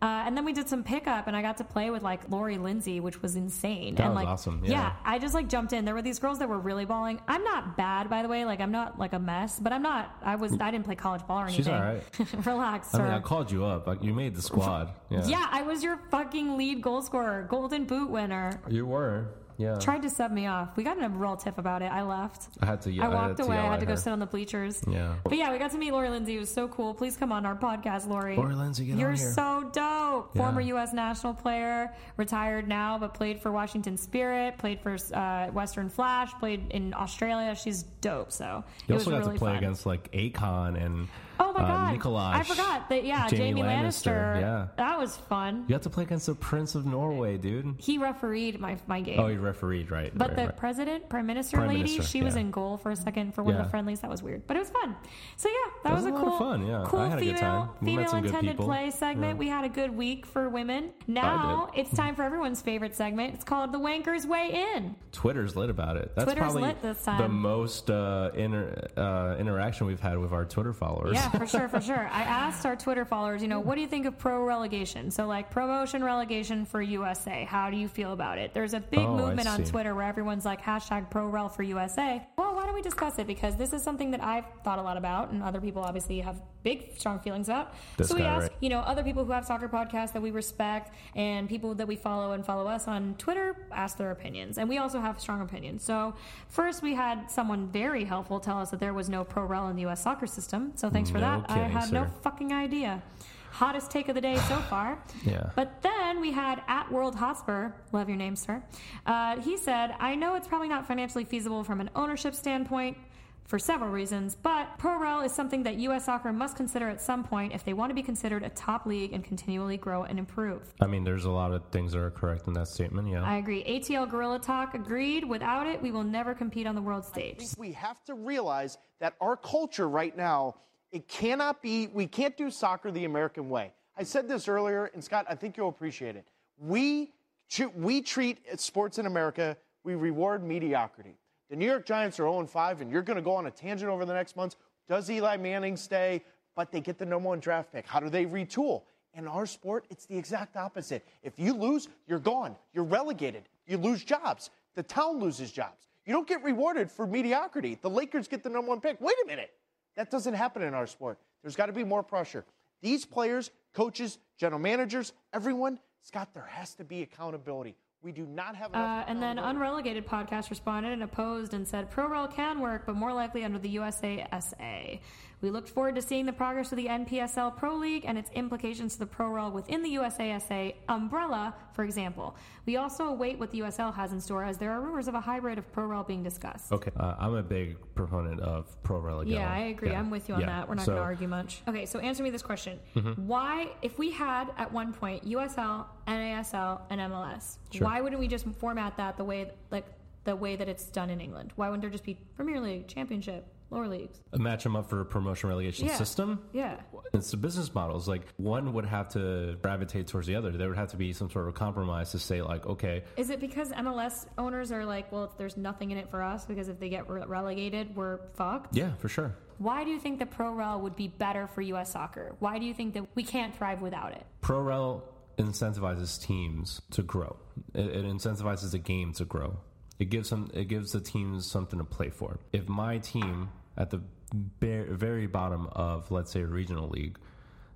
S1: uh, and then we did some pickup and I got to play with like Lori Lindsay which was insane
S2: That
S1: and
S2: was
S1: like
S2: awesome, yeah.
S1: I just like jumped in. There were these girls that were really balling. I'm not bad, by the way. Like I'm not like a mess, but I'm not. I was. I didn't play college ball or anything. (laughs)
S2: She's
S1: Relax,
S2: I
S1: sir.
S2: mean, I called you up. Like, you made the squad.
S1: (laughs)
S2: Yeah,
S1: yeah, I was your fucking lead goal scorer, Golden Boot winner.
S2: you were. Yeah,
S1: Tried to sub me off. We got in a real tiff about it. I left.
S2: I had to. Yeah,
S1: I walked
S2: had
S1: away.
S2: To
S1: I
S2: yell
S1: had
S2: at
S1: to go
S2: her.
S1: sit on the bleachers.
S2: Yeah.
S1: But yeah, we got to meet Lori Lindsay. It was so cool. Please come on our podcast, Lori.
S2: Lori Lindsay, get on
S1: You're
S2: here.
S1: so dope. Former
S2: Yeah.
S1: U.S. national player, retired now, but played for Washington Spirit, played for uh, Western Flash, played in Australia. She's dope. So it
S2: You
S1: was
S2: also got
S1: really
S2: to play
S1: fun.
S2: against like Akon and
S1: Oh my
S2: uh,
S1: god,
S2: Nikolaj.
S1: I forgot that. Yeah, Jamie, Lannister. uh,
S2: Yeah,
S1: that was fun.
S2: you had to play against the Prince of Norway, dude.
S1: He refereed my my game.
S2: Oh, he refereed, right?
S1: But
S2: right,
S1: the
S2: right.
S1: president, prime minister
S2: Prime
S1: lady,
S2: minister,
S1: she was
S2: yeah.
S1: in goal for a second for one of
S2: Yeah.
S1: the friendlies. That was weird, but it was fun. So yeah, that,
S2: was
S1: was,
S2: a
S1: a
S2: lot
S1: cool,
S2: of fun, yeah.
S1: cool
S2: I had a
S1: female,
S2: good time. We met
S1: female
S2: some good
S1: intended
S2: people.
S1: play segment. We had a good week for women. Now
S2: did.
S1: it's time for everyone's favorite segment. It's called the Wankers Way In.
S2: Twitter's lit about it. That's
S1: Twitter's
S2: probably
S1: lit this time.
S2: the most uh, inter- uh, interaction we've had with our Twitter followers.
S1: Yeah, for
S2: (laughs)
S1: sure, for sure. I asked our Twitter followers, you know, what do you think of pro relegation? So, like promotion relegation for USA. How do you feel about it? There's a big
S2: Oh, I
S1: movement on
S2: see.
S1: Twitter where everyone's like hashtag pro rel for USA. Well, why don't we discuss it? Because this is something that I've thought a lot about, and other people obviously have big, strong feelings about.
S2: This
S1: so we
S2: guy,
S1: asked,
S2: right?
S1: you know, other people who have soccer podcasts that we respect and people that we follow and follow us on Twitter ask their opinions. And we also have strong opinions. So, first, we had someone very helpful tell us that there was no pro rel in the U.S. soccer system. So, thanks for
S2: No
S1: that. I
S2: kidding,
S1: had no
S2: sir.
S1: fucking idea. Hottest take of the day so far.
S2: Yeah.
S1: But then we had at World Hotspur, love your name, sir. Uh, he said, I know it's probably not financially feasible from an ownership standpoint for several reasons, but pro rel is something that U.S. soccer must consider at some point if they want to be considered a top league and continually grow and improve.
S2: I mean, there's a lot of things that are correct in that statement. Yeah.
S1: I agree. ATL Gorilla Talk agreed. Without it, we will never compete on the world stage.
S9: we have to realize that our culture right now, it cannot be, we can't do soccer the American way. I said this earlier, and Scott, I think you'll appreciate it. We, tr- we treat sports in America, we reward mediocrity. The New York Giants are 0 5, and you're going to go on a tangent over the next months. Does Eli Manning stay? But they get the number one draft pick. How do they retool? In our sport, it's the exact opposite. If you lose, you're gone. You're relegated. You lose jobs. The town loses jobs. You don't get rewarded for mediocrity. The Lakers get the number one pick. Wait a minute. That doesn't happen in our sport. There's got to be more pressure. These players, coaches, general managers, everyone, Scott, there has to be accountability. We do not have
S1: Uh,
S9: enough.
S1: and then Unrelegated podcast responded and opposed and said pro rel can work, but more likely under the USASA. We looked forward to seeing the progress of the NPSL Pro League and its implications to the pro rel within the USASA umbrella, for example. We also await what the USL has in store, as there are rumors of a hybrid of pro rel being discussed.
S2: Okay, uh, I'm a big proponent of pro relegation.
S1: Yeah, Mm-hmm. I agree. I'm with you on that. We're not going to argue much. Okay, so answer me this question. Why, if we had at one point USL, NASL, and MLS, why wouldn't we just format that the way like the way that it's done in England? Why wouldn't there just be Premier League, Championship, lower leagues?
S2: match them up for a promotion relegation
S1: Yeah.
S2: system.
S1: Yeah.
S2: It's the business models. Like one would have to gravitate towards the other. There would have to be some sort of compromise to say, like, okay,
S1: Is it because MLS owners are like, well, there's nothing in it for us because if they get re- relegated, we're fucked?
S2: yeah, for sure.
S1: Why do you think the pro rel would be better for U.S. soccer? Why do you think that we can't thrive without it?
S2: ProRel incentivizes teams to grow. It, it incentivizes the game to grow. It gives them, it gives the teams something to play for. If my team at the bare, very bottom of, let's say, a regional league,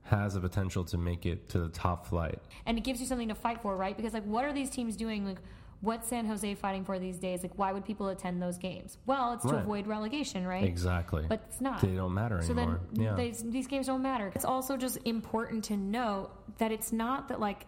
S2: has the potential to make it to the top flight,
S1: and it gives you something to fight for, right? Because like, what are these teams doing? Like, what's San Jose fighting for these days? Like, why would people attend those games? Well, it's to
S2: Right.
S1: avoid relegation, right?
S2: Exactly.
S1: But it's not.
S2: They don't matter
S1: So then
S2: anymore. yeah.
S1: these, these games don't matter. It's also just important to note that it's not that like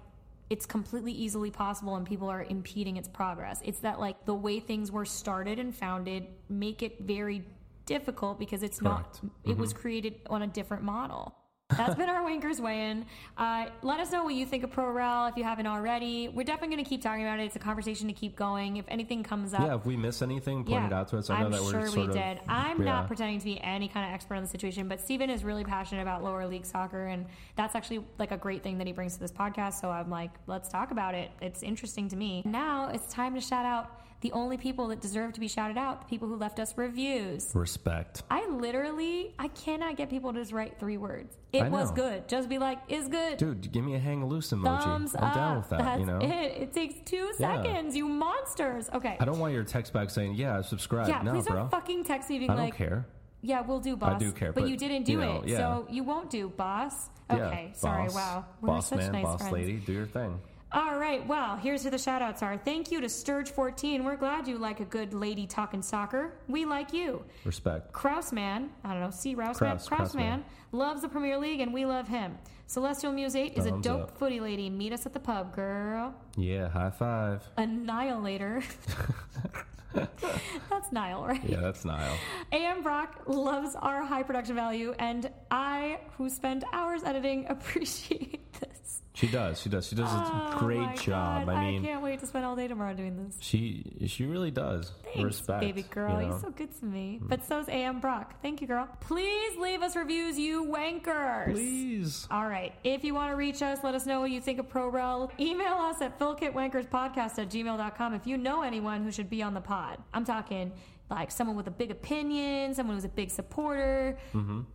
S1: it's completely easily possible and people are impeding its progress. It's that like the way things were started and founded make it very difficult because it's
S2: Correct. Mm-hmm.
S1: not it was created on a different model. That's been our Winkers weigh-in. Uh, let us know what you think of ProRel if you haven't already. We're definitely going to keep talking about it. It's a conversation to keep going. If anything comes up,
S2: yeah, if we miss anything, point it out to us. I know
S1: am
S2: that
S1: sure
S2: we're
S1: we
S2: sort of,
S1: did. I'm
S2: yeah.
S1: not pretending to be any kind of expert on the situation, but Steven is really passionate about lower league soccer, and that's actually like a great thing that he brings to this podcast. So I'm like, let's talk about it. It's interesting to me. Now it's time to shout out the only people that deserve to be shouted out: the people who left us reviews.
S2: respect.
S1: I literally, I cannot get people to just write three words. It
S2: I
S1: was
S2: know.
S1: good. Just be like, it's good.
S2: Dude, give me a hang loose emoji.
S1: Thumbs
S2: I'm
S1: up.
S2: down with that,
S1: That's
S2: you know?
S1: it. It takes two
S2: Yeah.
S1: seconds. You monsters. Okay.
S2: I don't want your text back saying, yeah, subscribe.
S1: yeah,
S2: no,
S1: please
S2: bro.
S1: don't fucking text me being
S2: I don't
S1: like,
S2: care.
S1: Yeah, we'll do boss.
S2: do care,
S1: but,
S2: but,
S1: you didn't do
S2: you know,
S1: it,
S2: yeah.
S1: so you won't do boss. Okay,
S2: yeah,
S1: sorry.
S2: boss,
S1: wow, we're
S2: boss
S1: such
S2: man,
S1: nice
S2: boss
S1: friends.
S2: lady, do your thing.
S1: All right, well, here's who the shout outs are. Thank you to Sturge14. We're glad you like a good lady talking soccer. We like you.
S2: Respect.
S1: Krausman, I don't know, C. Rousman,
S2: Kraus,
S1: Krausman
S2: Krausman.
S1: loves the Premier League and we love him. Celestial Muse 8 is a
S2: Thumbs
S1: dope
S2: up.
S1: footy lady. Meet us at the pub, girl.
S2: Yeah, high five. (laughs)
S1: Annihilator. (laughs) That's Nile, right?
S2: Yeah, that's Niall.
S1: AM Brock loves our high production value, and I, who spend hours editing, (laughs) appreciate this.
S2: She does. She does. She does a great
S1: Oh my
S2: job.
S1: God,
S2: I mean,
S1: can't wait to spend all day tomorrow doing this.
S2: she she really does.
S1: Thanks,
S2: Respect.
S1: baby girl.
S2: you
S1: You are
S2: know? Mm.
S1: so good to me. But so's AM Brock. Thank you, girl. Please leave us reviews, you wankers.
S2: Please.
S1: All right. If you want to reach us, let us know what you think of ProRel. Email us at philkitwankerspodcast at gmail.com if you know anyone who should be on the pod. I'm talking like someone with a big opinion, someone who's a big supporter,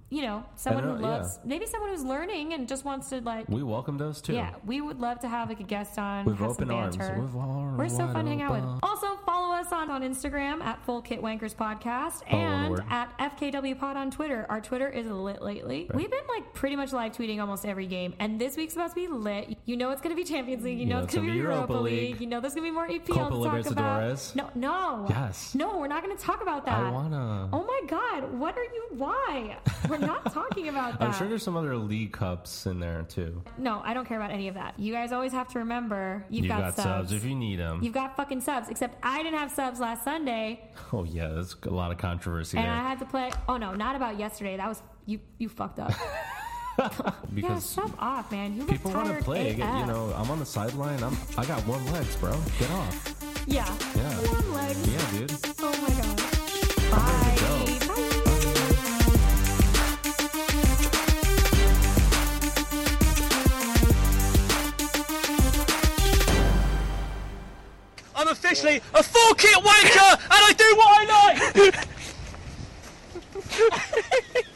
S1: you know, someone
S2: know,
S1: who loves, maybe someone who's learning and just wants to like,
S2: We welcome those too.
S1: yeah, we would love to have like a guest on.
S2: With
S1: have
S2: open
S1: some
S2: arms.
S1: banter.
S2: With arms
S1: We're so
S2: wide
S1: fun to hang out with.
S2: open.
S1: Also, follow us on, on Instagram at Full Kit Wankers Podcast
S2: All one
S1: and
S2: word.
S1: at FKW Pod on Twitter. Our Twitter is lit lately. We've been like pretty much live tweeting almost every game, and this week's about to be lit. You know it's going to be Champions League. You, know, it's going to be Europa League. You know there's going to be more EPL
S2: Copa
S1: to talk about.
S2: Libertadores.
S1: No, no.
S2: Yes.
S1: No, we're not going to talk about that.
S2: I wanna.
S1: Oh my God! What are you? Why? We're not talking about that.
S2: (laughs) I'm sure there's some other League Cups in there too.
S1: No, I don't care about any of that. You guys always have to remember you've
S2: you
S1: got,
S2: got
S1: subs.
S2: if you need them.
S1: You've got fucking subs, except I didn't have subs last Sunday,
S2: Oh yeah, that's a lot of controversy
S1: and
S2: there
S1: I had to play. Oh no, not about yesterday. That was you. You fucked
S2: (laughs)
S1: up. yeah,
S2: because
S1: sub off, man. You look
S2: people
S1: tired
S2: want to play. I get- you
S1: AF.
S2: know, I'm on the sideline. I'm I got one legs, bro. Get off.
S1: Yeah.
S2: Yeah.
S1: One leg.
S2: Yeah, dude.
S1: Oh my god.
S2: ready to
S1: Bye. Bye.
S5: I'm officially a full kit wanker and I do what I like!